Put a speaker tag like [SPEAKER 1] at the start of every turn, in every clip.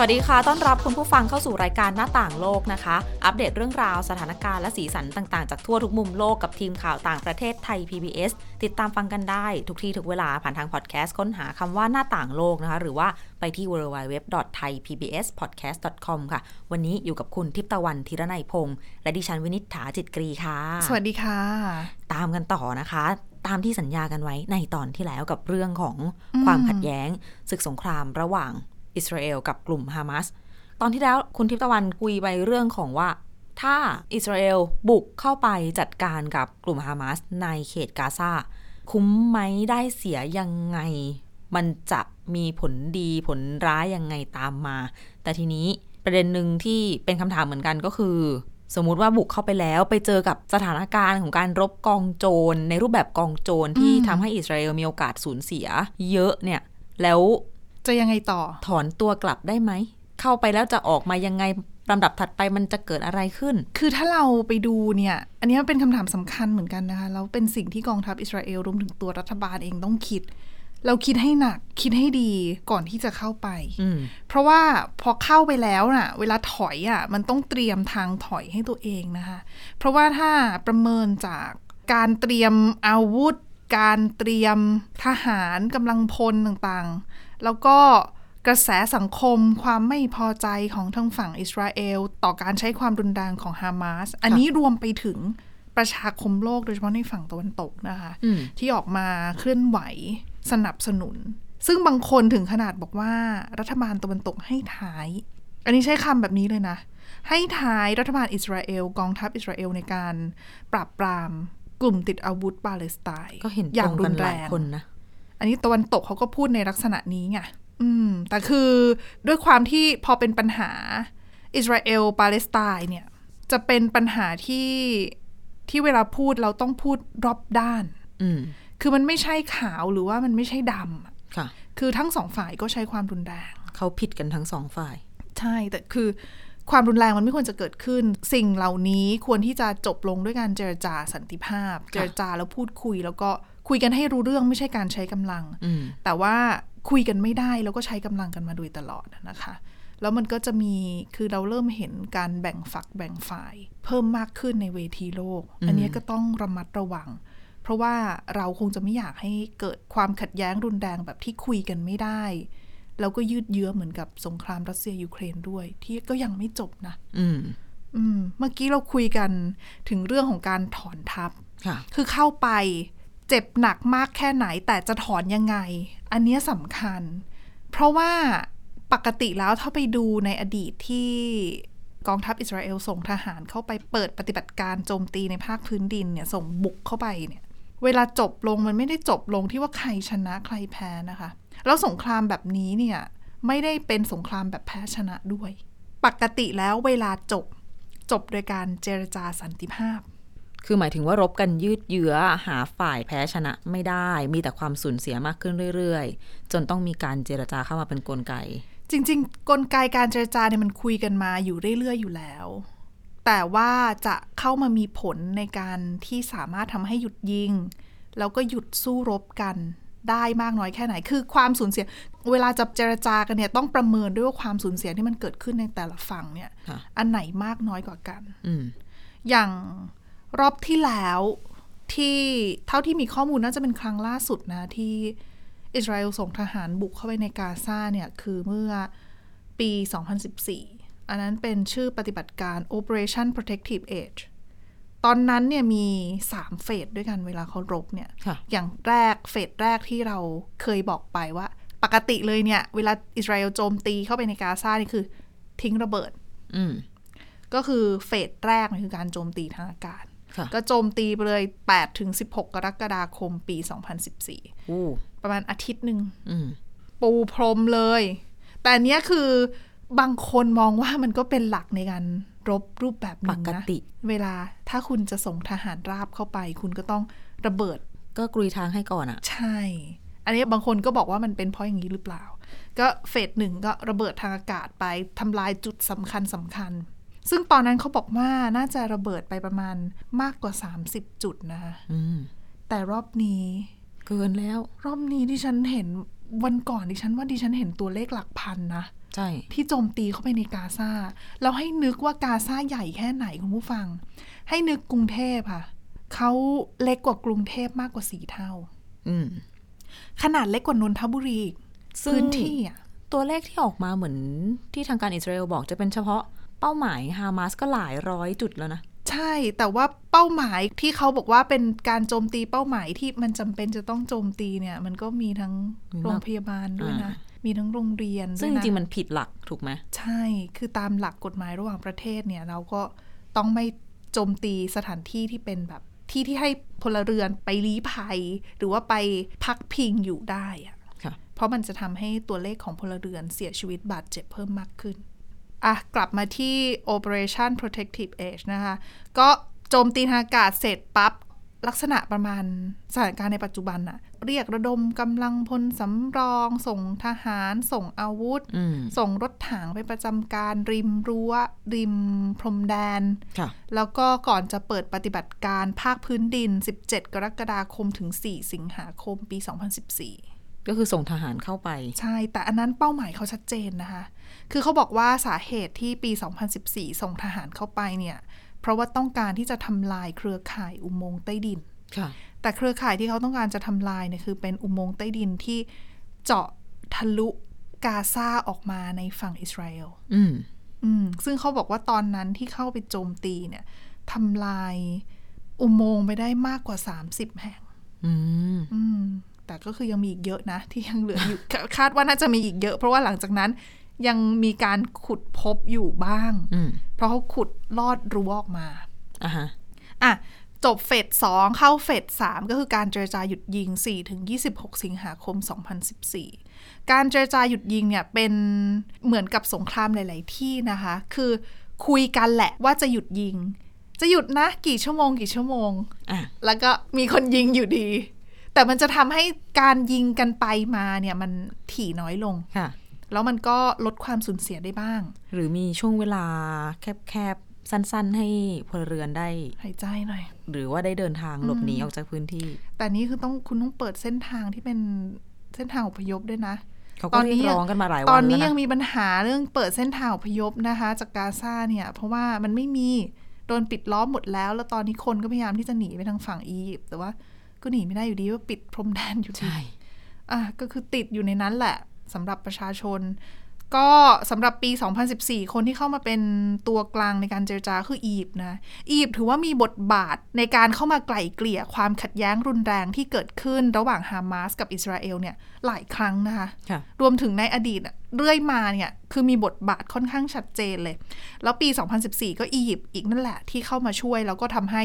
[SPEAKER 1] สวัสดีค่ะ ต้อนรับคุณผู้ฟังเข้าสู่รายการหน้าต่างโลกนะคะ อัปเดตเรื่องราวสถานการณ์และสีสันต่างๆ จากทั่วทุกมุมโลกกับทีมข่าวต่างประเทศไทย PBS ติดตามฟังกันได้ทุกที่ทุกเวลาผ่านทางพอดแคสต์ค้นหาคำว่าหน้าต่างโลกนะคะ หรือว่าไปที่ www.thaipbspodcast.com ค่ะ วันนี้อยู่กับคุณทิพย์ตะวันธีรนัยพงษ์และดิฉันวินิษฐาจิตกรีค่ะ
[SPEAKER 2] สวัสดีค่ะ
[SPEAKER 1] ตามกันต่อนะคะ ตามที่สัญญากันไว้ในตอนที่แล้วกับเรื่องของความขัดแย้ง ศึกสงครามระหว่างอิสราเอลกับกลุ่มฮามาสตอนที่แล้วคุณทิพย์ตะวันคุยไปเรื่องของว่า ถ้าอิสราเอลบุกเข้าไปจัดการกับกลุ่มฮามาสในเขตกาซาคุ้มไหมได้เสียยังไง มันจะมีผลดีผลร้ายยังไงตามมา แต่ทีนี้ประเด็นหนึ่งที่เป็นคำถามเหมือนกันก็คือ สมมุติว่าบุกเข้าไปแล้วไปเจอกับสถานการณ์ของการรบกองโจรในรูปแบบกองโจรที่
[SPEAKER 2] อืม
[SPEAKER 1] ทำให้อิสราเอลมีโอกาสสูญเสีย เยอะเนี่ย แล้ว
[SPEAKER 2] จะยังไงต่อ
[SPEAKER 1] ถอนตัวกลับได้ไหม เข้าไปแล้วจะออกมายังไงลำดับถัดไปมันจะเกิดอะไรขึ้น
[SPEAKER 2] คือถ้าเราไปดูเนี่ย อันนี้มันเป็นคำถามสำคัญเหมือนกันนะคะ แล้วเป็นสิ่งที่กองทัพอิสราเอลรวมถึงตัวรัฐบาลเองต้องคิด เราคิดให้หนัก คิดให้ดีก่อนที่จะเข้าไป
[SPEAKER 1] อืม
[SPEAKER 2] เพราะว่าพอเข้าไปแล้วน่ะ เวลาถอยอ่ะ มันต้องเตรียมทางถอยให้ตัวเองนะคะ เพราะว่าถ้าประเมินจากการเตรียมอาวุธ การเตรียมทหารกำลังพลต่างๆ แล้วก็กระแสสังคมความไม่พอใจของทางฝั่งอิสราเอล ต่อการใช้ความรุนแรงของฮามาสอันนี้รวมไปถึงประชาคมโลกโดยเฉพาะในฝั่งตะวันตกนะคะ
[SPEAKER 1] อืม
[SPEAKER 2] ที่ออกมาเคลื่อนไหวสนับสนุน ซึ่งบางคนถึงขนาดบอกว่ารัฐบาลตะวันตกให้ท้าย อันนี้ใช้คำแบบนี้เลยนะ ให้ท้ายรัฐบาลอิสราเอล กองทัพอิสราเอลในการปราบปรามกลุ่มติดอาวุธปาเลสไตน์
[SPEAKER 1] ก็เห็น
[SPEAKER 2] อ
[SPEAKER 1] ต
[SPEAKER 2] ย่า
[SPEAKER 1] รง ง
[SPEAKER 2] รุ
[SPEAKER 1] กันห
[SPEAKER 2] นแร
[SPEAKER 1] ลาย
[SPEAKER 2] ง
[SPEAKER 1] คนนะ
[SPEAKER 2] อันนี้ตะวันตกเขาก็พูดในลักษณะนี้ไง อืม แต่คือด้วยความที่พอเป็นปัญหาอิสราเอลปาเลสไตน์เนี่ย จะเป็นปัญหาที่ที่เวลาพูดเราต้องพูดรอบด้าน
[SPEAKER 1] อืม
[SPEAKER 2] คือมันไม่ใช่ขาวหรือว่ามันไม่ใช่ดำอะ
[SPEAKER 1] ค่ะ
[SPEAKER 2] คือทั้งสองฝ่ายก็ใช้ความรุนแรง
[SPEAKER 1] เขาผิดกันทั้งสองฝ่าย
[SPEAKER 2] ใช่ แต่คือความรุนแรงมันไม่ควรจะเกิดขึ้น สิ่งเหล่านี้ควรที่จะจบลงด้วยการเจรจาสันติภาพ เจรจาแล้วพูดคุย แล้วก็คุยกันให้รู้เรื่องไม่ใช่การใช้กำลัง
[SPEAKER 1] อืม
[SPEAKER 2] แต่ว่าคุยกันไม่ได้แล้วก็ใช้กำลังกันมาโดยตลอดนะคะ แล้วมันก็จะมีคือเราเริ่มเห็นการแบ่งฝักแบ่งฝ่าย เพิ่มมากขึ้นในเวทีโลก อันเนี้ยก็ต้องระมัดระวัง เพราะว่าเราคงจะไม่อยากให้เกิดความขัดแย้งรุนแรงแบบที่คุยกันไม่ได้ แล้วก็ยืดเยื้อเหมือนกับสงครามรัสเซียยูเครนด้วย ที่ก็ยังไม่จบนะ
[SPEAKER 1] อืม
[SPEAKER 2] อืมเมื่อกี้เราคุยกันถึงเรื่องของการถอนทัพ
[SPEAKER 1] ค่ะ
[SPEAKER 2] คือเข้าไปเจ็บหนักมากแค่ไหนแต่จะถอนยังไง อันเนี้ยสำคัญ เพราะว่าปกติแล้วถ้าไปดูในอดีตที่กองทัพอิสราเอลส่งทหารเข้าไปเปิดปฏิบัติการโจมตีในภาคพื้นดินเนี่ยส่งบุกเข้าไปเนี่ย เวลาจบลงมันไม่ได้จบลงที่ว่าใครชนะใครแพ้นะคะ แล้วสงครามแบบนี้เนี่ยไม่ได้เป็นสงครามแบบแพ้ชนะด้วย ปกติแล้วเวลาจบจบโดยการเจรจาสันติภาพ
[SPEAKER 1] คือหมายถึงว่ารบกันยืดเยื้อหาฝ่ายแพ้ชนะไม่ได้ มีแต่ความสูญเสียมากขึ้นเรื่อยๆ จนต้องมีการเจรจาเข้ามาเป็นกลไก
[SPEAKER 2] จริงๆ กลไกการเจรจาเนี่ยมันคุยกันมาอยู่เรื่อยๆ อยู่แล้ว แต่ว่าจะเข้ามามีผลในการที่สามารถทำให้หยุดยิง แล้วก็หยุดสู้รบกันได้มากน้อยแค่ไหน คือความสูญเสีย เวลาจะเจรจากันเนี่ยต้องประเมินด้วยว่าความสูญเสียที่มันเกิดขึ้นในแต่ละฝั่งเนี่ย
[SPEAKER 1] ค่ะ
[SPEAKER 2] อันไหนมากน้อยกว่ากัน
[SPEAKER 1] อืม
[SPEAKER 2] อย่างรอบที่แล้วที่เท่าที่มีข้อมูลน่าจะเป็นครั้งล่าสุดนะที่อิสราเอลส่งทหารบุกเข้าไปในกาซาเนี่ยคือเมื่อปี 2014 อันนั้นเป็นชื่อปฏิบัติการ Operation Protective Edge ตอนนั้นเนี่ยมี 3 เฟสด้วยกันเวลาเขารบเนี่ย
[SPEAKER 1] ค่ะ
[SPEAKER 2] อย่างแรกเฟสแรกที่เราเคยบอกไปว่า ปกติเลยเนี่ย เวลาอิสราเอลโจมตีเข้าไปในกาซานี่คือทิ้งระเบิด
[SPEAKER 1] อืม
[SPEAKER 2] ก็คือเฟสแรกมันคือการโจมตีทางอากาศ
[SPEAKER 1] ค่ะ
[SPEAKER 2] ก็โจมตีไปเลย8ถึง16 กรกฎาคมปี 2014
[SPEAKER 1] อู้
[SPEAKER 2] ประมาณอาทิตย์หนึ่ง
[SPEAKER 1] อืม
[SPEAKER 2] ปูพรมเลย แต่อันเนี้ยคือบางคนมองว่ามันก็เป็นหลักในการรบรูปแบบหนึ่ง
[SPEAKER 1] ปก
[SPEAKER 2] นะ
[SPEAKER 1] ติ
[SPEAKER 2] เวลาถ้าคุณจะส่งทหารราบเข้าไป คุณก็ต้องระเบิด
[SPEAKER 1] ก็กลุยทางให้ก่อนอะ
[SPEAKER 2] ใช่ อ อันนี้บางคนก็บอกว่ามันเป็นเพราะอย่างนี้หรือเปล่า ก็เฟสหนึ่งก็ระเบิดทางอากาศไปทำลายจุดสำคัญสำคัญ ซึ่งตอนนั้นเขาบอกว่าน่าจะระเบิดไปประมาณมากกว่า 30 จุดนะคะ
[SPEAKER 1] อืม
[SPEAKER 2] แต่รอบนี้
[SPEAKER 1] เกินแล้ว
[SPEAKER 2] รอบนี้ดิฉันเห็นวันก่อนดิฉันว่าดิฉันเห็นตัวเลขหลักพันนะ
[SPEAKER 1] ใช่
[SPEAKER 2] ที่โจมตีเข้าไปในกาซาเราให้นึกว่ากาซาใหญ่แค่ไหนคุณผู้ฟัง ให้นึกกรุงเทพค่ะเขาเล็กกว่ากรุงเทพมากกว่าสีเท่า
[SPEAKER 1] อืม
[SPEAKER 2] ขนาดเล็กกว่านนทบุรีอีก
[SPEAKER 1] ซึ่ง
[SPEAKER 2] พื้นที่อ่ะ
[SPEAKER 1] ตัวเลขที่ออกมาเหมือนที่ทางการอิสราเอลบอกจะเป็นเฉพาะเป้าหมายฮามาสก็หลายร้อยจุดแล้วนะ
[SPEAKER 2] ใช่แต่ว่าเป้าหมายที่เขาบอกว่าเป็นการโจมตีเป้าหมายที่มันจำเป็นจะต้องโจมตีเนี่ย มันก็มีทั้งโรงพยาบาลด้วยนะ มีทั้งโรงเรียนด้วยนะ
[SPEAKER 1] ซึ่งจริงๆมันผิดหลักถูกไหม
[SPEAKER 2] ใช่ คือตามหลักกฎหมายระหว่างประเทศเนี่ย เราก็ต้องไม่โจมตีสถานที่ที่เป็นแบบที่ที่ให้พลเรือนไปลี้ภัย หรือว่าไปพักพิงอยู่ได้อะ
[SPEAKER 1] ค่ะ
[SPEAKER 2] เพราะมันจะทำให้ตัวเลขของพลเรือนเสียชีวิตบาดเจ็บเพิ่มมากขึ้น อ่ะ กลับมาที่ Operation Protective Edge นะคะ ก็โจมตีทางอากาศเสร็จปั๊บ ลักษณะประมาณสถานการณ์ในปัจจุบันอะเรียกระดมกำลังพลสำรอง ส่งทหาร ส่งอาวุธ
[SPEAKER 1] อืม
[SPEAKER 2] ส่งรถถังไปประจำการริมรั้ว ริมพรมแดน
[SPEAKER 1] ค่ะ
[SPEAKER 2] แล้วก็ก่อนจะเปิดปฏิบัติการภาคพื้นดิน 17 กรกฎาคมถึง 4 สิงหาคมปี 2014
[SPEAKER 1] ก็คือส่งทหารเข้าไป
[SPEAKER 2] ใช่ แต่อันนั้นเป้าหมายเขาชัดเจนนะคะ คือเขาบอกว่าสาเหตุที่ปี 2014 ส่งทหารเข้าไปเนี่ย เพราะว่าต้องการที่จะทำลายเครือข่ายอุโมงค์ใต้ดิน
[SPEAKER 1] ค่ะ
[SPEAKER 2] แต่เครือข่ายที่เขาต้องการจะทำลายเนี่ยคือเป็นอุโมงค์ใต้ดินที่เจาะทะลุกาซาออกมาในฝั่งอิสราเอล
[SPEAKER 1] อืม
[SPEAKER 2] อืมซึ่งเขาบอกว่าตอนนั้นที่เข้าไปโจมตีเนี่ยทำลายอุโมงค์ไปได้มากกว่า 30 แห่ง
[SPEAKER 1] อืม
[SPEAKER 2] อืม แต่ก็คือยังมีอีกเยอะนะ ที่ยังเหลืออยู่ คาคาดว่าน่าจะมีอีกเยอะ เพราะว่าหลังจากนั้นยังมีการขุดพบอยู่บ้าง
[SPEAKER 1] อืม
[SPEAKER 2] เพราะเขาขุดลอดรั้วออกมา
[SPEAKER 1] อ่ะฮะ
[SPEAKER 2] อ่ะ จบเฟสสองเข้าเฟสสามก็คือการเจรจาหยุดยิง 4 ถึง 26 สิงหาคม 2014 การเจรจาหยุดยิงเนี่ยเป็นเหมือนกับสงครามหลาย ๆ ที่นะคะ คือคุยกันแหละว่าจะหยุดยิง จะหยุดนะกี่ชั่วโมงกี่ชั่วโมง
[SPEAKER 1] อ่ะ
[SPEAKER 2] แล้วก็มีคนยิงอยู่ดี แต่มันจะทำให้การยิงกันไปมาเนี่ยมันถี่น้อยลง
[SPEAKER 1] ค่ะ
[SPEAKER 2] แล้วมันก็ลดความสูญเสียได้บ้าง
[SPEAKER 1] หรือมีช่วงเวลาแคบๆ สั้นๆ ให้พลเรือนได้
[SPEAKER 2] หายใจหน่อย
[SPEAKER 1] หรือว่าได้เดินทางหลบหนีออกจากพื้นที่
[SPEAKER 2] แต่นี่คือต้องคุณต้องเปิดเส้นทางที่เป็นเส้นทางอพยพด้วยนะ
[SPEAKER 1] เขา
[SPEAKER 2] ต
[SPEAKER 1] ก็
[SPEAKER 2] อน
[SPEAKER 1] เรี
[SPEAKER 2] นี้
[SPEAKER 1] ยกร้องกันมาหลาย
[SPEAKER 2] ต
[SPEAKER 1] วั
[SPEAKER 2] อ
[SPEAKER 1] น
[SPEAKER 2] น
[SPEAKER 1] แล้
[SPEAKER 2] นี้
[SPEAKER 1] ว
[SPEAKER 2] ยั
[SPEAKER 1] นะ
[SPEAKER 2] งมีปัญหาเรื่องเปิดเส้นทางอพยพนะคะ จากกาซาเนี่ย เพราะว่ามันไม่มีโดนปิดล้อมหมดแล้ว แล้วตอนนี้คนก็พยายามที่จะหนีไปทางฝั่งอียิปต์แต่ว่าก็หนีไม่ได้อยู่ดีว่าปิดพรมแดนอยู่ดี
[SPEAKER 1] ใช่
[SPEAKER 2] อ่ะก็คือติดอยู่ในนั้นแหละสำหรับประชาชน ก็สำหรับปี 2014 คนที่เข้ามาเป็นตัวกลางในการเจรจาคืออียิปต์นะอียิปต์ถือว่ามีบทบาทในการเข้ามาไกล่เกลี่ยความขัดแย้งรุนแรงที่เกิดขึ้นระหว่างฮามาสกับอิสราเอลเนี่ยหลายครั้งนะคะ
[SPEAKER 1] ค่ะ
[SPEAKER 2] รวมถึงในอดีตอะเรื่อยมาเนี่ยคือมีบทบาทค่อนข้างชัดเจนเลย แล้วปี 2014 ก็อียิปต์อีกนั่นแหละที่เข้ามาช่วย แล้วก็ทำให้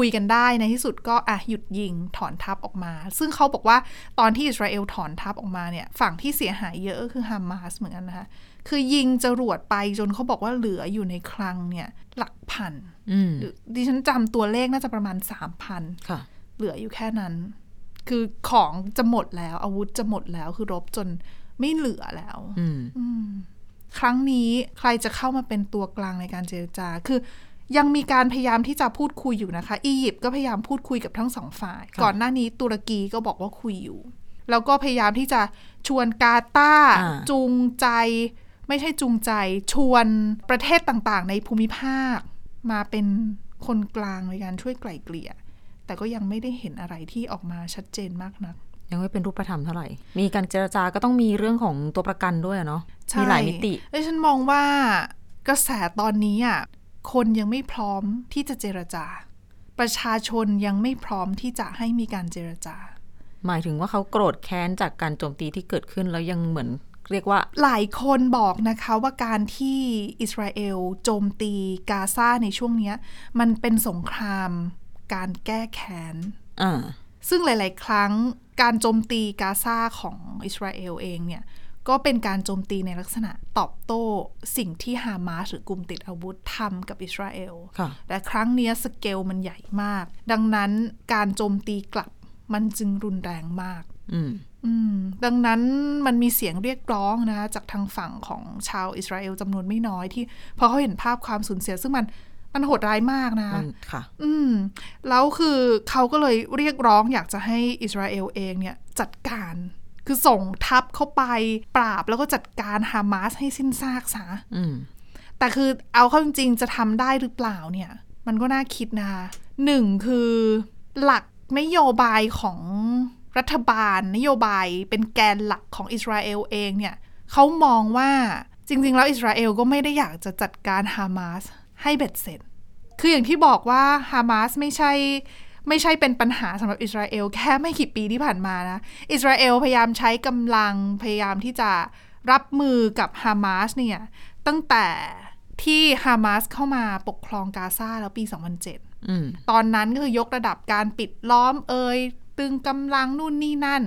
[SPEAKER 2] คุยกันได้ในที่สุดก็อ่ะหยุดยิงถอนทัพออกมา ซึ่งเขาบอกว่าตอนที่อิสราเอลถอนทัพออกมาเนี่ยฝั่งที่เสียหายเยอะก็คือฮามาสเหมือนกันนะคะคือยิงจรวดไปจนเขาบอกว่าเหลืออยู่ในคลังเนี่ยหลักพัน
[SPEAKER 1] อืม
[SPEAKER 2] หรือดิฉันจำตัวเลขน่าจะประมาณ 3,000
[SPEAKER 1] ค่ะ
[SPEAKER 2] เหลืออยู่แค่นั้น คือของจะหมดแล้ว อาวุธจะหมดแล้ว คือรบจนไม่เหลือแล้ว
[SPEAKER 1] อืม
[SPEAKER 2] อืม ครั้งนี้ใครจะเข้ามาเป็นตัวกลางในการเจรจา คือ ยังมีการพยายามที่จะพูดคุยอยู่นะคะ อียิปต์ก็พยายามพูดคุยกับทั้งสองฝ่าย
[SPEAKER 1] ค่ะ
[SPEAKER 2] ก่อนหน้านี้ตุรกีก็บอกว่าคุยอยู่ แล้วก็พยายามที่จะชวนกาตาร์
[SPEAKER 1] อ่า
[SPEAKER 2] จูงใจ ไม่ใช่จูงใจ ชวนประเทศต่างๆ ในภูมิภาค มาเป็นคนกลางในการช่วยไกล่เกลี่ย แต่ก็ยังไม่ได้เห็นอะไรที่ออกมาชัดเจนมากนัก
[SPEAKER 1] ยังไม่เป็นรูปธรรมเท่าไหร่ มีการเจรจาก็ต้องมีเรื่องของตัวประกันด้วยอะเนาะ
[SPEAKER 2] ใช่
[SPEAKER 1] มีหลายมิติ
[SPEAKER 2] เอ้ยฉันมองว่ากระแสตอนนี้อ่ะคนยังไม่พร้อมที่จะเจรจา ประชาชนยังไม่พร้อมที่จะให้มีการเจรจา
[SPEAKER 1] หมายถึงว่าเขาโกรธแค้นจากการโจมตีที่เกิดขึ้นแล้วยังเหมือนเรียกว่า
[SPEAKER 2] หลายคนบอกนะคะว่าการที่อิสราเอลโจมตีกาซาในช่วงเนี้ย มันเป็นสงครามการแก้แค้น
[SPEAKER 1] อ่า
[SPEAKER 2] ซึ่งหลาย ๆ ครั้งการโจมตีกาซาของอิสราเอลเองเนี่ย ก็เป็นการโจมตีในลักษณะตอบโต้สิ่งที่ฮามาสหรือกลุ่มติดอาวุธทำกับอิสราเอล
[SPEAKER 1] ค่ะ
[SPEAKER 2] แต่ครั้งเนี้ยสเกลมันใหญ่มาก ดังนั้นการโจมตีกลับมันจึงรุนแรงมาก
[SPEAKER 1] อืม
[SPEAKER 2] อืมดังนั้นมันมีเสียงเรียกร้องนะคะจากทางฝั่งของชาวอิสราเอลจำนวนไม่น้อยที่พอเขาเห็นภาพความสูญเสีย ซึ่งมันมันโหดร้ายมากนะ
[SPEAKER 1] มั
[SPEAKER 2] คะ
[SPEAKER 1] นค่ะ
[SPEAKER 2] อืมแล้วคือเขาก็เลยเรียกร้องอยากจะให้อิสราเอลเองเนี่ยจัดการ คือส่งทัพเข้าไปปราบแล้วก็จัดการฮามาสให้สิ้นซากซะ
[SPEAKER 1] อืม
[SPEAKER 2] แต่คือเอาเข้าจริงๆจะทำได้หรือเปล่าเนี่ย มันก็น่าคิดนะคะหนึ่งคือหลักนโยบายของรัฐบาล นโยบายเป็นแกนหลักของอิสราเอลเองเนี่ยเขามองว่าจริงๆ แล้วอิสราเอลก็ไม่ได้อยากจะจัดการฮามาสให้เบ็ดเสร็จ คืออย่างที่บอกว่าฮามาสไม่ใช่ไม่ใช่เป็นปัญหาสำหรับอิสราเอลแค่ไม่กี่ปีที่ผ่านมานะ อิสราเอลพยายามใช้กำลังพยายามที่จะรับมือกับฮามาสเนี่ย ตั้งแต่ที่ฮามาสเข้ามาปกครองกาซาแล้วปี 2007
[SPEAKER 1] อืม
[SPEAKER 2] ตอนนั้นก็คือยกระดับการปิดล้อมเอ่ยตึงกำลังนู่นนี่นั่น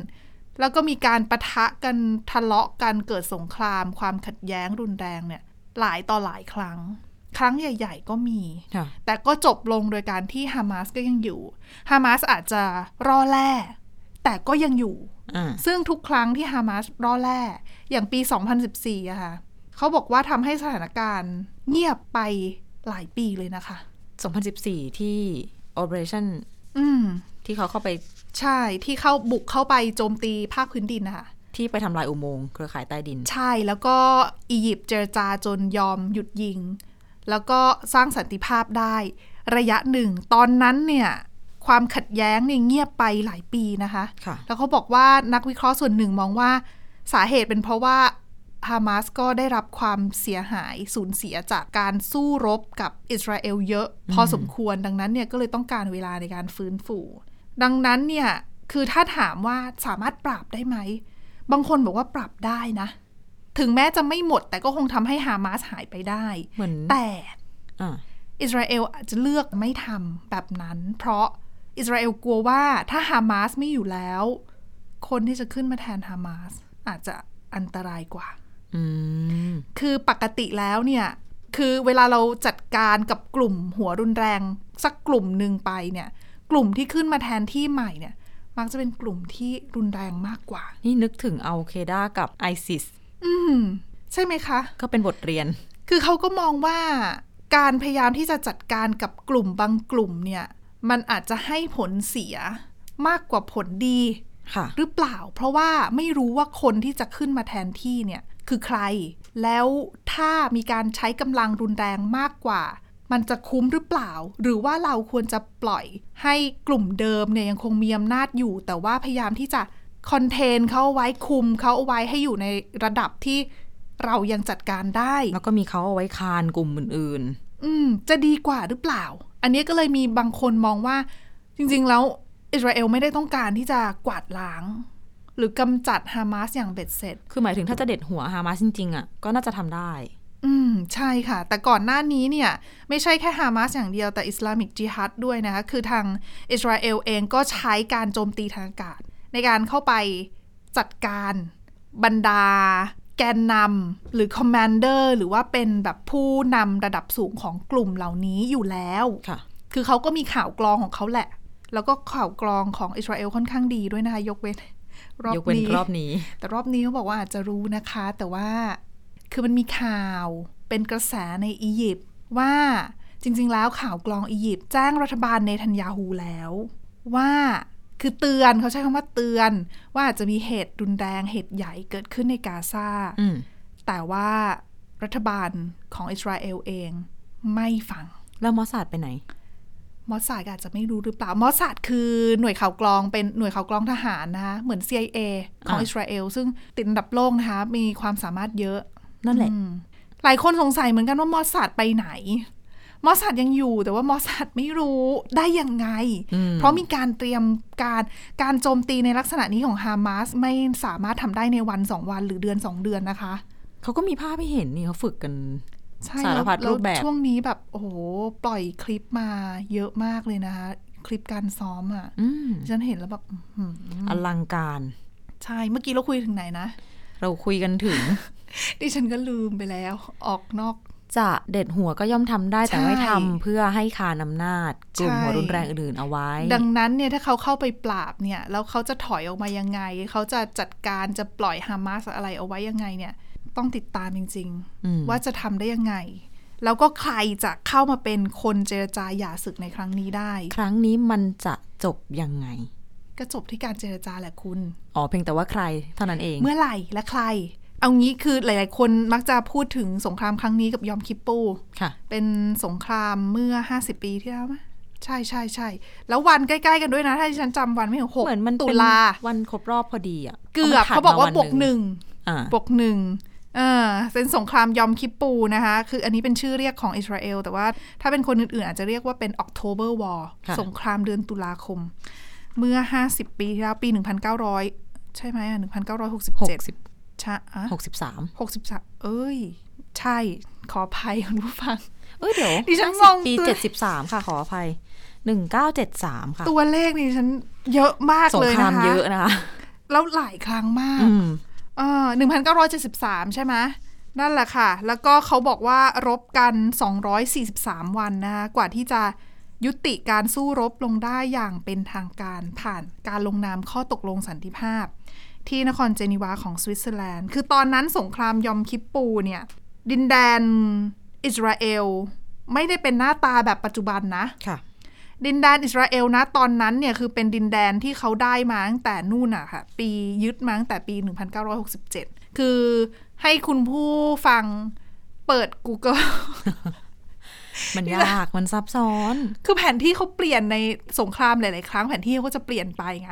[SPEAKER 2] แล้วก็มีการประทะกันทะเลาะกันเกิดสงคราม ความขัดแย้งรุนแรงเนี่ย หลายต่อหลายครั้ง ครั้งใหญ่ ๆ ก็มี
[SPEAKER 1] ค่ะ
[SPEAKER 2] แต่ก็จบลงโดยการที่ฮามาสก็ยังอยู่ฮามาสอาจจะร่อแร่แต่ก็ยังอยู่
[SPEAKER 1] อ่า
[SPEAKER 2] ซึ่งทุกครั้งที่ฮามาสร่อแร่อย่างปี 2014อะค่ะเขาบอกว่าทำให้สถานการณ์เงียบไปหลายปีเลยนะคะ
[SPEAKER 1] 2014 ที่ operation
[SPEAKER 2] อืม
[SPEAKER 1] ที่เขาเข้าไป
[SPEAKER 2] ใช่ที่เข้าบุกเข้าไปโจมตีภาคพื้นดินนะคะ
[SPEAKER 1] ที่ไปทำลายอุโมงค์เครือข่ายใต้ดิน
[SPEAKER 2] ใช่แล้วก็อียิปต์เจรจาจนยอมหยุดยิง แล้วก็สร้างสันติภาพได้ ระยะหนึ่ง ตอนนั้นเนี่ย ความขัดแย้งเนี่ยเงียบไปหลายปีนะคะ
[SPEAKER 1] ค่ะ
[SPEAKER 2] แล้วเขาบอกว่านักวิเคราะห์ส่วนหนึ่งมองว่าสาเหตุเป็นเพราะว่าฮามาสก็ได้รับความเสียหายสูญเสียจากการสู้รบกับอิสราเอลเยอะ พอสมควรดังนั้นเนี่ยก็เลยต้องการเวลาในการฟื้นฟู ดังนั้นเนี่ยคือถ้าถามว่าสามารถปราบได้ไหม บางคนบอกว่าปรับได้นะ ถึงแม้จะไม่หมดแต่ก็คงทำให้ฮามาสหายไปได้
[SPEAKER 1] เหมือน
[SPEAKER 2] แต่
[SPEAKER 1] อ่า
[SPEAKER 2] อิสราเอลอาจจะเลือกไม่ทำแบบนั้น เพราะอิสราเอลกลัวว่าถ้าฮามาสไม่อยู่แล้ว คนที่จะขึ้นมาแทนฮามาสอาจจะอันตรายกว่า
[SPEAKER 1] อืม
[SPEAKER 2] คือปกติแล้วเนี่ย คือเวลาเราจัดการกับกลุ่มหัวรุนแรง สักกลุ่มหนึ่งไปเนี่ย กลุ่มที่ขึ้นมาแทนที่ใหม่เนี่ย มักจะเป็นกลุ่มที่รุนแรงมากกว่า
[SPEAKER 1] นี่นึกถึงเอาเคด้ากับไอซิส
[SPEAKER 2] อืม ใช่ไหมคะ
[SPEAKER 1] ก็เป็นบทเรียน
[SPEAKER 2] คือเขาก็มองว่าการพยายามที่จะจัดการกับกลุ่มบางกลุ่มเนี่ย มันอาจจะให้ผลเสียมากกว่าผลดี
[SPEAKER 1] ค่ะ
[SPEAKER 2] หรือเปล่า เพราะว่าไม่รู้ว่าคนที่จะขึ้นมาแทนที่เนี่ย คือใคร แล้วถ้ามีการใช้กำลังรุนแรงมากกว่า มันจะคุ้มหรือเปล่า หรือว่าเราควรจะปล่อยให้กลุ่มเดิมเนี่ยยังคงมีอำนาจอยู่ แต่ว่าพยายามที่จะคอนเทนเขาเอาไว้คุมเขาเอาไว้ให้อยู่ในระดับที่เรายังจัดการได้
[SPEAKER 1] แล้วก็มีเขาเอาไว้คานกลุ่มอื่น
[SPEAKER 2] อืม จะดีกว่าหรือเปล่า อันนี้ก็เลยมีบางคนมองว่าจริงๆ แล้วอิสราเอลไม่ได้ต้องการที่จะกวาดล้าง หรือกำจัดฮามาสอย่างเบ็ดเสร็จ
[SPEAKER 1] ๆ คือหมายถึงถ้าจะเด็ดหัวฮามาสจริงๆอ่ะก็น่าจะทำได้
[SPEAKER 2] อืม ใช่ค่ะ แต่ก่อนหน้านี้เนี่ย ไม่ใช่แค่ฮามาสอย่างเดียวแต่อิสลามิกจิฮัดด้วยนะคะ คือทางอิสราเอลเองก็ใช้การโจมตีทางอากาศ ในการเข้าไปจัดการบรรดา แกนนำหรือคอมมานเดอร์หรือว่าเป็นแบบผู้นำระดับสูงของกลุ่มเหล่านี้อยู่แล้ว
[SPEAKER 1] ค่ะ
[SPEAKER 2] คือเขาก็มีข่าวกรองของเขาแหละ แล้วก็ข่าวกรองของอิสราเอลค่อนข้างดีด้วยนะคะ ยกเว้นรอบ
[SPEAKER 1] ยกเว้น
[SPEAKER 2] นี้
[SPEAKER 1] รอบนี้
[SPEAKER 2] แต่รอบนี้เขาบอกว่าอาจจะรู้นะคะ แต่ว่าคือมันมีข่าวเป็นกระแสในอียิปต์ว่าจริง ๆ แล้วข่าวกรองอียิปต์แจ้งรัฐบาลเนทันยาฮูแล้ว ว่าคือเตือนเขาใช้คำว่าเตือน ว่าอาจจะมีเหตุรุนแรงเหตุใหญ่เกิดขึ้นในกาซา
[SPEAKER 1] อืม
[SPEAKER 2] แต่ว่ารัฐบาลของอิสราเอลเองไม่ฟัง
[SPEAKER 1] แล้วมอสซาดไปไหน
[SPEAKER 2] มอสซาดอาจจะไม่รู้หรือเปล่า มอสซาดคือหน่วยข่าวกรองเป็นหน่วยข่าวกรองทหารนะคะเหมือน CIA ของ
[SPEAKER 1] อ่ะ
[SPEAKER 2] อิสราเอลซึ่งติดอันดับโลกนะคะ มีความสามารถเยอะ
[SPEAKER 1] นั่นแหละ
[SPEAKER 2] อืมหลายคนสงสัยเหมือนกันว่ามอสซาดไปไหน มอสซาดยังอยู่แต่ว่ามอสซาดไม่รู้ได้ยังไง
[SPEAKER 1] อืม
[SPEAKER 2] เพราะมีการเตรียมการการโจมตีในลักษณะนี้ของฮามาสไม่สามารถทำได้ในวันสองวันหรือเดือนสองเดือนนะคะ
[SPEAKER 1] เขาก็มีภาพให้เห็นนี่เขาฝึกกัน
[SPEAKER 2] ใช่
[SPEAKER 1] สารพัด
[SPEAKER 2] ล้ว
[SPEAKER 1] รูปแบบ
[SPEAKER 2] ล้วช่วงนี้แบบโอ้โหปล่อยคลิปมาเยอะมากเลยนะคะ คลิปการซ้อมอ่ะ
[SPEAKER 1] อืม
[SPEAKER 2] ฉันเห็นแล้วแบบอื้อหือ
[SPEAKER 1] อลังการ
[SPEAKER 2] ใช่เมื่อกี้เราคุยถึงไหนนะ
[SPEAKER 1] เราคุยกันถึง
[SPEAKER 2] ดิฉันก็ลืมไปแล้ว ออกนอก
[SPEAKER 1] จะเด็ดหัวก็ย่อมทำได้แต่
[SPEAKER 2] ใช่
[SPEAKER 1] ไม่ทำเพื่อให้คานำนาจกลุ่ม
[SPEAKER 2] ใช่
[SPEAKER 1] หัวรุนแรงอื่นๆเอาไว้
[SPEAKER 2] ดังนั้นเนี่ยถ้าเขาเข้าไปปราบเนี่ยแล้วเขาจะถอยออกมายังไง เขาจะจัดการจะปล่อยฮามาสอะไรเอาไว้ยังไงเนี่ย ต้องติดตามจริง
[SPEAKER 1] อืม
[SPEAKER 2] ๆ ว่าจะทำได้ยังไง แล้วก็ใครจะเข้ามาเป็นคนเจรจาหย่าศึกในครั้งนี้ได้
[SPEAKER 1] ครั้งนี้มันจะจบยังไง
[SPEAKER 2] ก็จบที่การเจรจาแหละคุณ
[SPEAKER 1] อ๋อเพียงแต่ว่าใครเท่านั้นเอง
[SPEAKER 2] เมื่อไหร่และใคร เอางี้คือหลาย ๆ คนมักจะพูดถึงสงครามครั้งนี้กับยอมคิปปู
[SPEAKER 1] ค่ะ
[SPEAKER 2] เป็นสงครามเมื่อ 50 ปีที่แล้วมะใช่ใช่ใช่แล้ววันใกล้ ๆ กันด้วยนะ ถ้าที่ฉันจำวันไม่ถูกหก
[SPEAKER 1] เหมือนมัน
[SPEAKER 2] ตุ
[SPEAKER 1] เป็น
[SPEAKER 2] ลา
[SPEAKER 1] วันครบรอบพอดีอ่ะ
[SPEAKER 2] เกือบ
[SPEAKER 1] พระมันถัด
[SPEAKER 2] เขาบอกว่า
[SPEAKER 1] มา
[SPEAKER 2] บวกหนึ่ง
[SPEAKER 1] อ่า
[SPEAKER 2] บวกหนึ่งเออเป็นสงครามยอมคิปปูนะคะ คืออันนี้เป็นชื่อเรียกของอิสราเอล แต่ว่าถ้าเป็นคนอื่น ๆ อาจจะเรียกว่าเป็น October War
[SPEAKER 1] ะ
[SPEAKER 2] สงครามเดือนตุลาคม เมื่อ 50 ปีที่แล้วปี 1900 ใช่ไหมอ่ะ
[SPEAKER 1] หก
[SPEAKER 2] 1967
[SPEAKER 1] สิบ
[SPEAKER 2] ใช่อะ
[SPEAKER 1] หกสิบสาม
[SPEAKER 2] หกสิบสามเอ้ย ใช่ ขออภัยคุณผู้ฟัง
[SPEAKER 1] เอ้ยเดี๋ยว
[SPEAKER 2] ดิฉัน
[SPEAKER 1] ห้าสิบ
[SPEAKER 2] งง
[SPEAKER 1] ปี
[SPEAKER 2] ตัว
[SPEAKER 1] เจ็ดสิบสามค่ะขออภัยหนึ่งเก้าเจ็ดสามค่ะ
[SPEAKER 2] ตัวเลขนี่ฉันเยอะมาก
[SPEAKER 1] สง
[SPEAKER 2] เลย
[SPEAKER 1] ครา
[SPEAKER 2] นะ
[SPEAKER 1] ม
[SPEAKER 2] คะ
[SPEAKER 1] เยอะนะคะ
[SPEAKER 2] แล้วหลายครั้งมา
[SPEAKER 1] อื
[SPEAKER 2] ก
[SPEAKER 1] ม
[SPEAKER 2] เออหนึ่งพันเก้าร้อยเจ็ดสิบสามใช่ไหมนั่นแหละค่ะ แล้วก็เขาบอกว่ารบกัน 243 วันนะคะกว่าที่จะยุติการสู้รบลงได้อย่างเป็นทางการผ่านการลงนามข้อตกลงสันติภาพ ที่นครเจนีวาของสวิตเซอร์แลนด์ คือตอนนั้นสงครามยอมคิปปูเนี่ย ดินแดนอิสราเอล ไม่ได้เป็นหน้าตาแบบปัจจุบันนะ
[SPEAKER 1] ค่ะ
[SPEAKER 2] ดินแดนอิสราเอลนะตอนนั้นเนี่ยคือเป็นดินแดนที่เขาได้มาตั้งแต่นู่นอะค่ะ ปียึดมาตั้งแต่ปี 1967 คือให้คุณผู้ฟังเปิด Google
[SPEAKER 1] มันยาก มันซับซ้อน
[SPEAKER 2] คือแผนที่เขาเปลี่ยนในสงครามหลาย ๆ ครั้งแผนที่เขาก็จะเปลี่ยนไปไง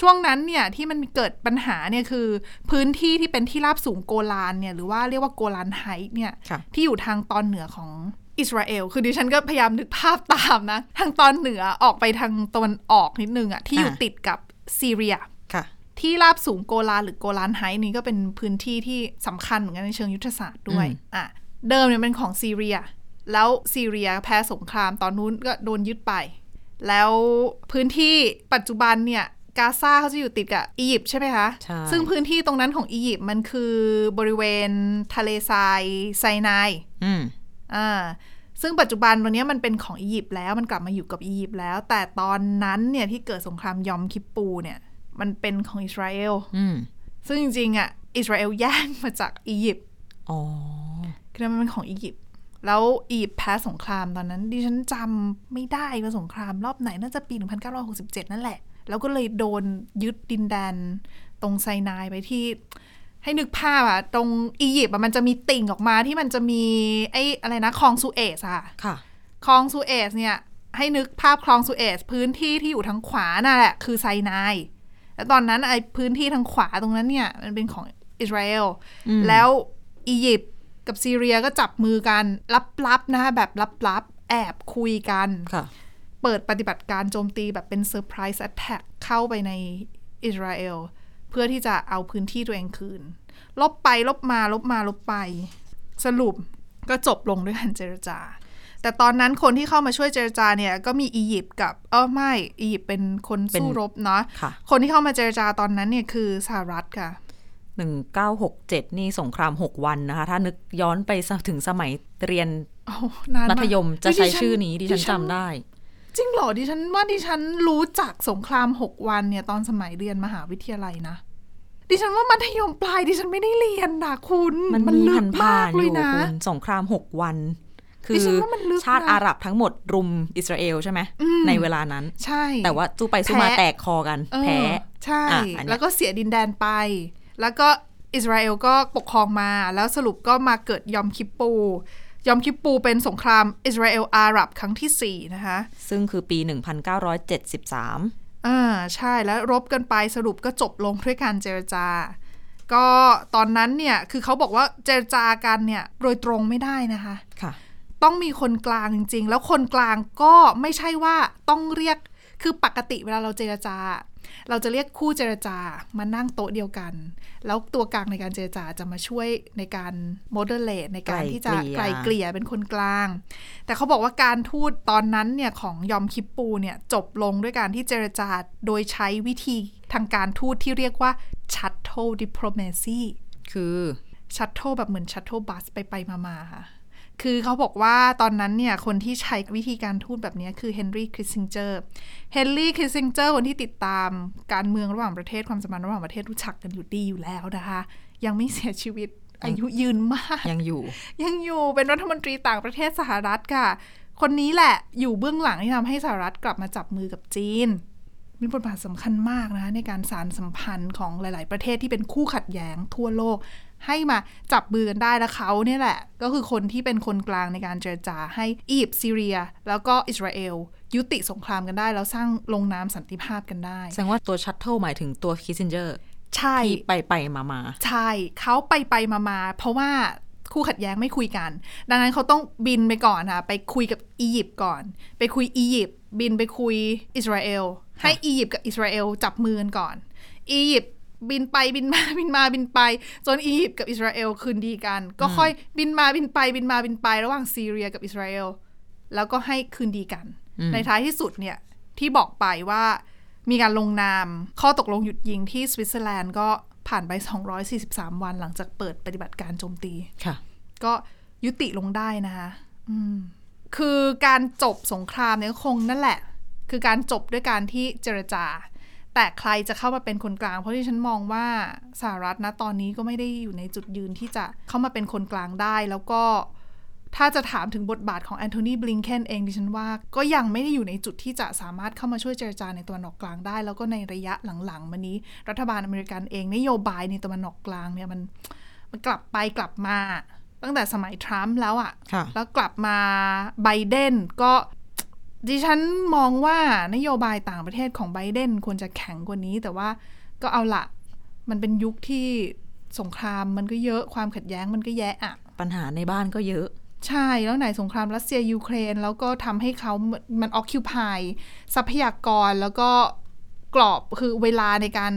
[SPEAKER 2] ช่วงนั้นเนี่ยที่มันเกิดปัญหาเนี่ยคือพื้นที่ที่เป็นที่ราบสูงโกลานเนี่ยหรือว่าเรียกว่าโกลานไฮท์เนี่ย
[SPEAKER 1] ค่ะ
[SPEAKER 2] ที่อยู่ทางตอนเหนือของอิสราเอล คือดิฉันก็พยายามนึกภาพตามนะ ทางตอนเหนือออกไปทางตะวันออกนิดนึงอะที่อยู่
[SPEAKER 1] อ่า
[SPEAKER 2] ติดกับซีเรีย
[SPEAKER 1] ค่ะ
[SPEAKER 2] ที่ราบสูงโกลานหรือโกลานไฮท์นี้ก็เป็นพื้นที่ที่สำคัญเหมือนกันในเชิงยุทธศาสตร์ด้วย
[SPEAKER 1] อืม
[SPEAKER 2] อ่ะ เดิมเนี่ยเป็นของซีเรีย แล้วซีเรียแพ้สงครามตอนนู้นก็โดนยึดไป แล้วพื้นที่ปัจจุบันเนี่ยกาซาเขาจะอยู่ติดกับอียิปต์ใช่ไหมคะ
[SPEAKER 1] ใช่
[SPEAKER 2] ซึ่งพื้นที่ตรงนั้นของอียิปต์มันคือบริเวณทะเลทรายไซนาย
[SPEAKER 1] อืม
[SPEAKER 2] อ่าซึ่งปัจจุบันตอนนี้ยมันเป็นของอียิปต์แล้วมันกลับมาอยู่กับอียิปต์แล้ว แต่ตอนนั้นเนี่ยที่เกิดสงครามยอมคิปปูเนี่ยมันเป็นของอิสราเอล
[SPEAKER 1] อืม
[SPEAKER 2] ซึ่งจริงๆอ่ะอิสราเอลแย่งมาจากอียิปต์
[SPEAKER 1] อ๋อ
[SPEAKER 2] คือมันเป็นของอียิปต์แล้วอียิปต์แพ้สงครามตอนนั้น ดิฉันจำไม่ได้ว่าสงครามรอบไหนน่าจะปี 1967 นั่นแหละ แล้วก็เลยโดนยึดดินแดนตรงไซนายไปที่ ให้นึกภาพอะตรงอียิปต์อะมันจะมีติ่งออกมาที่มันจะมีไอ้อะไรนะคลองสุเอซอะค่ะ
[SPEAKER 1] ค่ะ
[SPEAKER 2] คลองสุเอซเนี่ยให้นึกภาพคลองสุเอซพื้นที่ที่อยู่ทางขวาน่ะแหละคือไซนายแล้วตอนนั้นไอ้พื้นที่ทางขวาตรงนั้นเนี่ยมันเป็นของอิสราเอล
[SPEAKER 1] อืม
[SPEAKER 2] แล้วอียิปต์กับซีเรียก็จับมือกันลับๆนะคะแบบลับๆ แอบคุยกัน
[SPEAKER 1] ค่ะ
[SPEAKER 2] เปิดปฏิบัติการโจมตีแบบเป็นเซอร์ไพรส์แอตแทกเข้าไปในอิสราเอล เพื่อที่จะเอาพื้นที่ตัวเองคืน ลบไปลบมาลบมาลบไป สรุปก็จบลงด้วยการเจรจา แต่ตอนนั้นคนที่เข้ามาช่วยเจรจาเนี่ยก็มีอียิปต์กับเออไม่อียิปต์เป็นคนสู้
[SPEAKER 1] เป็น
[SPEAKER 2] รบเนาะ
[SPEAKER 1] ค่ะ
[SPEAKER 2] คนที่เข้ามาเจรจาตอนนั้นเนี่ยคือสหรัฐค่ะ
[SPEAKER 1] หนึ่งเก้าหกเจ็ดนี่สงครามหกวันนะคะ ถ้านึกย้อนไปถึงสมัยเรียน
[SPEAKER 2] โอ้นานาก
[SPEAKER 1] มัธยมจะใช้
[SPEAKER 2] ดิฉั
[SPEAKER 1] ชื่อนี้ดิฉันจำได้
[SPEAKER 2] จริงเหรอดิฉันว่าดิฉันรู้จักสงครามหกวันเนี่ยตอนสมัยเรียนมหาวิทยาลัยนะ ดิฉันว่ามัธยมปลายดิฉันไม่ได้เรียนนะคุณ
[SPEAKER 1] มันมี
[SPEAKER 2] ลึ
[SPEAKER 1] พั
[SPEAKER 2] ก
[SPEAKER 1] นผ่าม
[SPEAKER 2] าก
[SPEAKER 1] น
[SPEAKER 2] เล
[SPEAKER 1] อย ยู่
[SPEAKER 2] นะ
[SPEAKER 1] คุณสงครามหกวัน คื
[SPEAKER 2] ดิ
[SPEAKER 1] อ
[SPEAKER 2] ฉันว่ามันลึกนะ
[SPEAKER 1] ชาติอาหรับทั้งหมดรุมอิสราเอลใช่ไหม
[SPEAKER 2] อืม
[SPEAKER 1] ในเวลานั้น
[SPEAKER 2] ใช่
[SPEAKER 1] แต่ว่าสู้ไปสู้มา
[SPEAKER 2] แพ้
[SPEAKER 1] แตกคอกัน
[SPEAKER 2] เออ
[SPEAKER 1] แพ้
[SPEAKER 2] ใช่
[SPEAKER 1] อ่ะอันเนี้ย
[SPEAKER 2] แล้วก็เสียดินแดนไป แล้วก็อิสราเอลก็ปกครองมาแล้วสรุปก็มาเกิดยอมคิปปู ยอมคิปปูเป็นสงครามอิสราเอลอาหรับครั้งที่สี่นะคะ
[SPEAKER 1] ซึ่งคือปี 1973
[SPEAKER 2] อ่าใช่แล้วรบกันไปสรุปก็จบลงด้วยการเจรจา ก็ตอนนั้นเนี่ยคือเขาบอกว่าเจรจากันเนี่ยโดยตรงไม่ได้นะคะ
[SPEAKER 1] ค่ะ
[SPEAKER 2] ต้องมีคนกลางจริง ๆ แล้วคนกลางก็ไม่ใช่ว่าต้องเรียกคือปกติเวลาเราเจรจา เราจะเรียกคู่เจรจามานั่งโต๊ะเดียวกัน แล้วตัวกลางในการเจรจาจะมาช่วยในการโมเดเลตในการที่จะ
[SPEAKER 1] ไก
[SPEAKER 2] ไก
[SPEAKER 1] ล
[SPEAKER 2] ล
[SPEAKER 1] เก
[SPEAKER 2] เก
[SPEAKER 1] ลี่
[SPEAKER 2] ลี่
[SPEAKER 1] ย
[SPEAKER 2] ยเป็นคนกลาง แต่เขาบอกว่าการทูตตอนนั้นเนี่ยของยอมคิปปูเนี่ยจบลงด้วยการที่เจรจาโดยใช้วิธีทางการทูตที่เรียกว่า shuttle diplomacy
[SPEAKER 1] คือ
[SPEAKER 2] ชัตเทิลแบบเหมือนชัตเทิลบัสไปไปมามาๆค่ะ คือเขาบอกว่าตอนนั้นเนี่ย คนที่ใช้วิธีการทูตแบบเนี้ยคือเฮนรี่คริสซิงเจอร์เฮนรี่คริสซิงเจอร์คนที่ติดตามการเมืองระหว่างประเทศความสัมพันธ์ระหว่างประเทศรู้จักกันอยู่ดีอยู่แล้วนะคะ ยังไม่เสียชีวิตอายุยืนมาก
[SPEAKER 1] ยังอยู่
[SPEAKER 2] ยังอยู่เป็นรัฐมนตรีต่างประเทศสหรัฐค่ะ คนนี้แหละอยู่เบื้องหลังที่ทำให้สหรัฐกลับมาจับมือกับจีน มีบทบาทสำคัญมากนะคะในการสารสัมพันธ์ของหลาย ๆ ประเทศที่เป็นคู่ขัดแย้งทั่วโลก ให้มาจับมือกันได้แล้วเขาเนี่ยแหละ ก็คือคนที่เป็นคนกลางในการเจรจาให้อียิปต์ซีเรีย แล้วก็อิสราเอล ยุติสงครามกันได้ แล้วสร้างลงนามสันติภาพกันได้
[SPEAKER 1] แสดงว่าตัวชัตเทิลหมายถึงตัวคิสซินเจอร์
[SPEAKER 2] ใช่
[SPEAKER 1] ที่ไปไปมามา
[SPEAKER 2] ใช่เขาไปไปมามาเพราะว่าคู่ขัดแย้งไม่คุยกัน ดังนั้นเขาต้องบินไปก่อนค่ะไปคุยกับอียิปต์ก่อน ไปคุยอียิปต์บินไปคุยอิสราเอลให้อียิปต์กับอิสราเอลจับมือกันก่อน อียิปต์บินไปบินมา บินมาบินไปจนอียิปต์กับอิสราเอลคืนดีกัน ก็ค่อยบินมาบินไปบินมาบินไประหว่างซีเรียกับอิสราเอลแล้วก็ให้คืนดีกัน
[SPEAKER 1] อืม
[SPEAKER 2] ในท้ายที่สุดเนี่ยที่บอกไปว่า มีการลงนามข้อตกลงหยุดยิงที่สวิตเซอร์แลนด์ก็ผ่านไป 243 วันหลังจากเปิดปฏิบัติการโจมตี
[SPEAKER 1] ค่ะ
[SPEAKER 2] ก็ยุติลงได้นะคะอืมคือการจบสงครามเนี่ยก็คงนั่นแหละ คือการจบด้วยการที่เจรจา แต่ใครจะเข้ามาเป็นคนกลาง เพราะที่ฉันมองว่าสหรัฐนะตอนนี้ก็ไม่ได้อยู่ในจุดยืนที่จะเข้ามาเป็นคนกลางได้ แล้วก็ถ้าจะถามถึงบทบาทของแอนโทนีบลิงเคนเองดิฉันว่า ก็ยังไม่ได้อยู่ในจุดที่จะสามารถเข้ามาช่วยเจรจาในตะวันออกกลางได้ แล้วก็ในระยะหลังๆมานี้ รัฐบาลอเมริกันเองนโยบายในตะวันออกกลางเนี่ยมัน มันกลับไปกลับมา ตั้งแต่สมัยทรัมป์แล้วอะ
[SPEAKER 1] ค่ะ
[SPEAKER 2] ่ะ แล้วกลับมาไบเดนก็ดิฉันมองว่านโยบายต่างประเทศของไบเดนควรจะแข็งกว่านี้ แต่ว่าก็เอาละมันเป็นยุคที่สงครามมันก็เยอะความขัดแย้งมันก็แย่อะ
[SPEAKER 1] ปัญหาในบ้านก็เยอะ
[SPEAKER 2] ใช่ แล้วไหนสงครามรัสเซียยูเครน แล้วก็ทำให้เขามันออคิวพายทรัพยากรแล้วก็กรอบคือเวลาในการ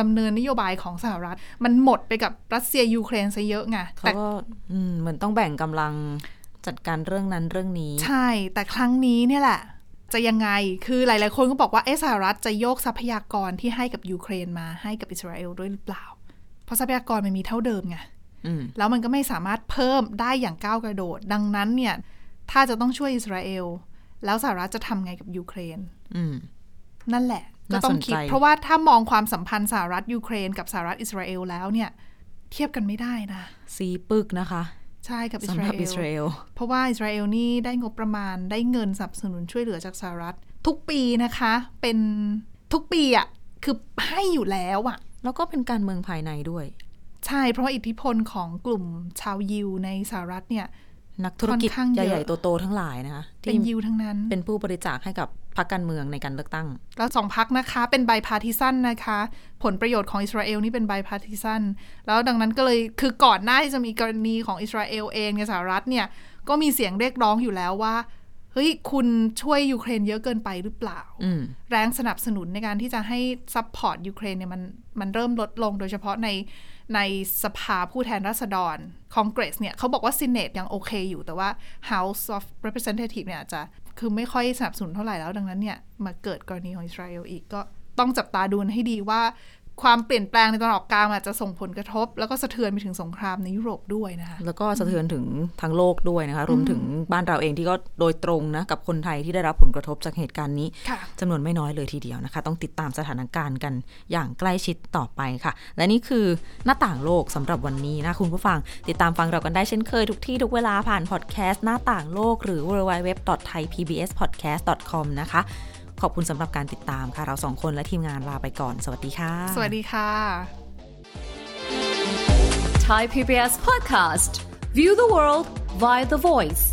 [SPEAKER 2] ดำเนินนโยบายของสหรัฐ มันหมดไปกับรัสเซียยูเครนซะเยอะไง
[SPEAKER 1] เขา
[SPEAKER 2] แต่
[SPEAKER 1] ก็อืมเหมือนต้องแบ่งกำลังจัดการเรื่องนั้นเรื่องนี้
[SPEAKER 2] ใช่ แต่ครั้งนี้เนี่ยแหละ จะยังไงคือหลาย ๆ คนก็บอกว่าเอะสหรัฐจะโยกทรัพยากรที่ให้กับยูเครนมาให้กับอิสราเอลด้วยหรือเปล่า เพราะทรัพยากรมันมีเท่าเดิมไง
[SPEAKER 1] อืม
[SPEAKER 2] แล้วมันก็ไม่สามารถเพิ่มได้อย่างก้าวกระโดด ดังนั้นเนี่ย ถ้าจะต้องช่วยอิสราเอล แล้วสหรัฐจะทำไงกับยูเครน
[SPEAKER 1] อืม
[SPEAKER 2] นั่นแหละ ก็
[SPEAKER 1] น่า
[SPEAKER 2] ต้อ
[SPEAKER 1] ส
[SPEAKER 2] ง
[SPEAKER 1] นใจ
[SPEAKER 2] คิด เพราะว่าถ้ามองความสัมพันธ์สหรัฐยูเครนกับสหรัฐอิสราเอลแล้วเนี่ย เทียบกันไม่ได้นะ
[SPEAKER 1] ซีปึกนะคะ
[SPEAKER 2] ใช่กับอิส
[SPEAKER 1] สำห
[SPEAKER 2] รา
[SPEAKER 1] รับ
[SPEAKER 2] เอ
[SPEAKER 1] อิสรา
[SPEAKER 2] ล
[SPEAKER 1] เอล
[SPEAKER 2] เพราะว่าอิสราเอลนี่ได้งบประมาณได้เงินสนับสนุนช่วยเหลือจากสหรัฐ ทุกปีนะคะ เป็นทุกปีอ่ะคือให้อยู่แล้วอ่ะ
[SPEAKER 1] แล้วก็เป็นการเมืองภายในด้วย
[SPEAKER 2] ใช่เพราะว่าอิทธิพลของกลุ่มชาวยิวในสหรัฐเนี่ย
[SPEAKER 1] นักธุรกิจ
[SPEAKER 2] ค่อนข้างเยอะ
[SPEAKER 1] ใหญ่ๆโตๆทั้งหลายนะคะ
[SPEAKER 2] เป็
[SPEAKER 1] ที่
[SPEAKER 2] นยิวทั้งนั้น
[SPEAKER 1] เป็นผู้บริจาคให้กับพรรคการเมืองในการเลือกตั้ง
[SPEAKER 2] แล้วสองพักนะคะ เป็นไบพาร์ติซันนะคะ ผลประโยชน์ของอิสราเอลนี่เป็นไบพาร์ติซันแล้วดังนั้นก็เลยคือก่อนหน้าที่จะมีกรณีของอิสราเอลเองในยสหรัฐเนี่ย ก็มีเสียงเรียกร้องอยู่แล้วว่า เฮ้ย คุณช่วยยูเครนเยอะเกินไปหรือเปล่า
[SPEAKER 1] อืม
[SPEAKER 2] แรงสนับสนุนในการที่จะให้ซัพพอร์ตยูเครนเนี่ยมันมันเริ่มลดลงโดยเฉพาะในในสภาผู้แทนราษฎรคองเกรสเนี่ยเขาบอกว่าซินเนตยังโอเคอยู่แต่ว่า House of Representative เนี่ยอาจจะคือไม่ค่อยสนับสนุนเท่าไหร่แล้วดังนั้นเนี่ย มาเกิดกรณีของอิสราเอลอีกก็ต้องจับตาดูให้ดีว่า ความเปลี่ยนแปลงในตะวันออกกลางอาจจะส่งผลกระทบ แล้วก็สะเทือนไปถึงสงครามในยุโรปด้วยนะคะ
[SPEAKER 1] แล้วก็สะเทือนถึงทั้งโลกด้วยนะคะ รวมถึงบ้านเราเองที่ก็โดยตรงนะ กับคนไทยที่ได้รับผลกระทบจากเหตุการณ์นี้
[SPEAKER 2] ค่ะ
[SPEAKER 1] จำนวนไม่น้อยเลยทีเดียวนะคะ ต้องติดตามสถานการณ์กันอย่างใกล้ชิดต่อไปค่ะ และนี่คือหน้าต่างโลกสำหรับวันนี้นะคุณผู้ฟัง ติดตามฟังเรากันได้เช่นเคยทุกที่ทุกเวลาผ่านพอดแคสต์หน้าต่างโลกหรือ www.thaipbspodcast.com นะคะ ขอบคุณสำหรับการติดตามค่ะ เราสองคนและทีมงานลาไปก่อน สวัสดีค่ะ
[SPEAKER 2] สวัสดีค่ะ
[SPEAKER 3] Thai PBS podcast. View the world via the voice.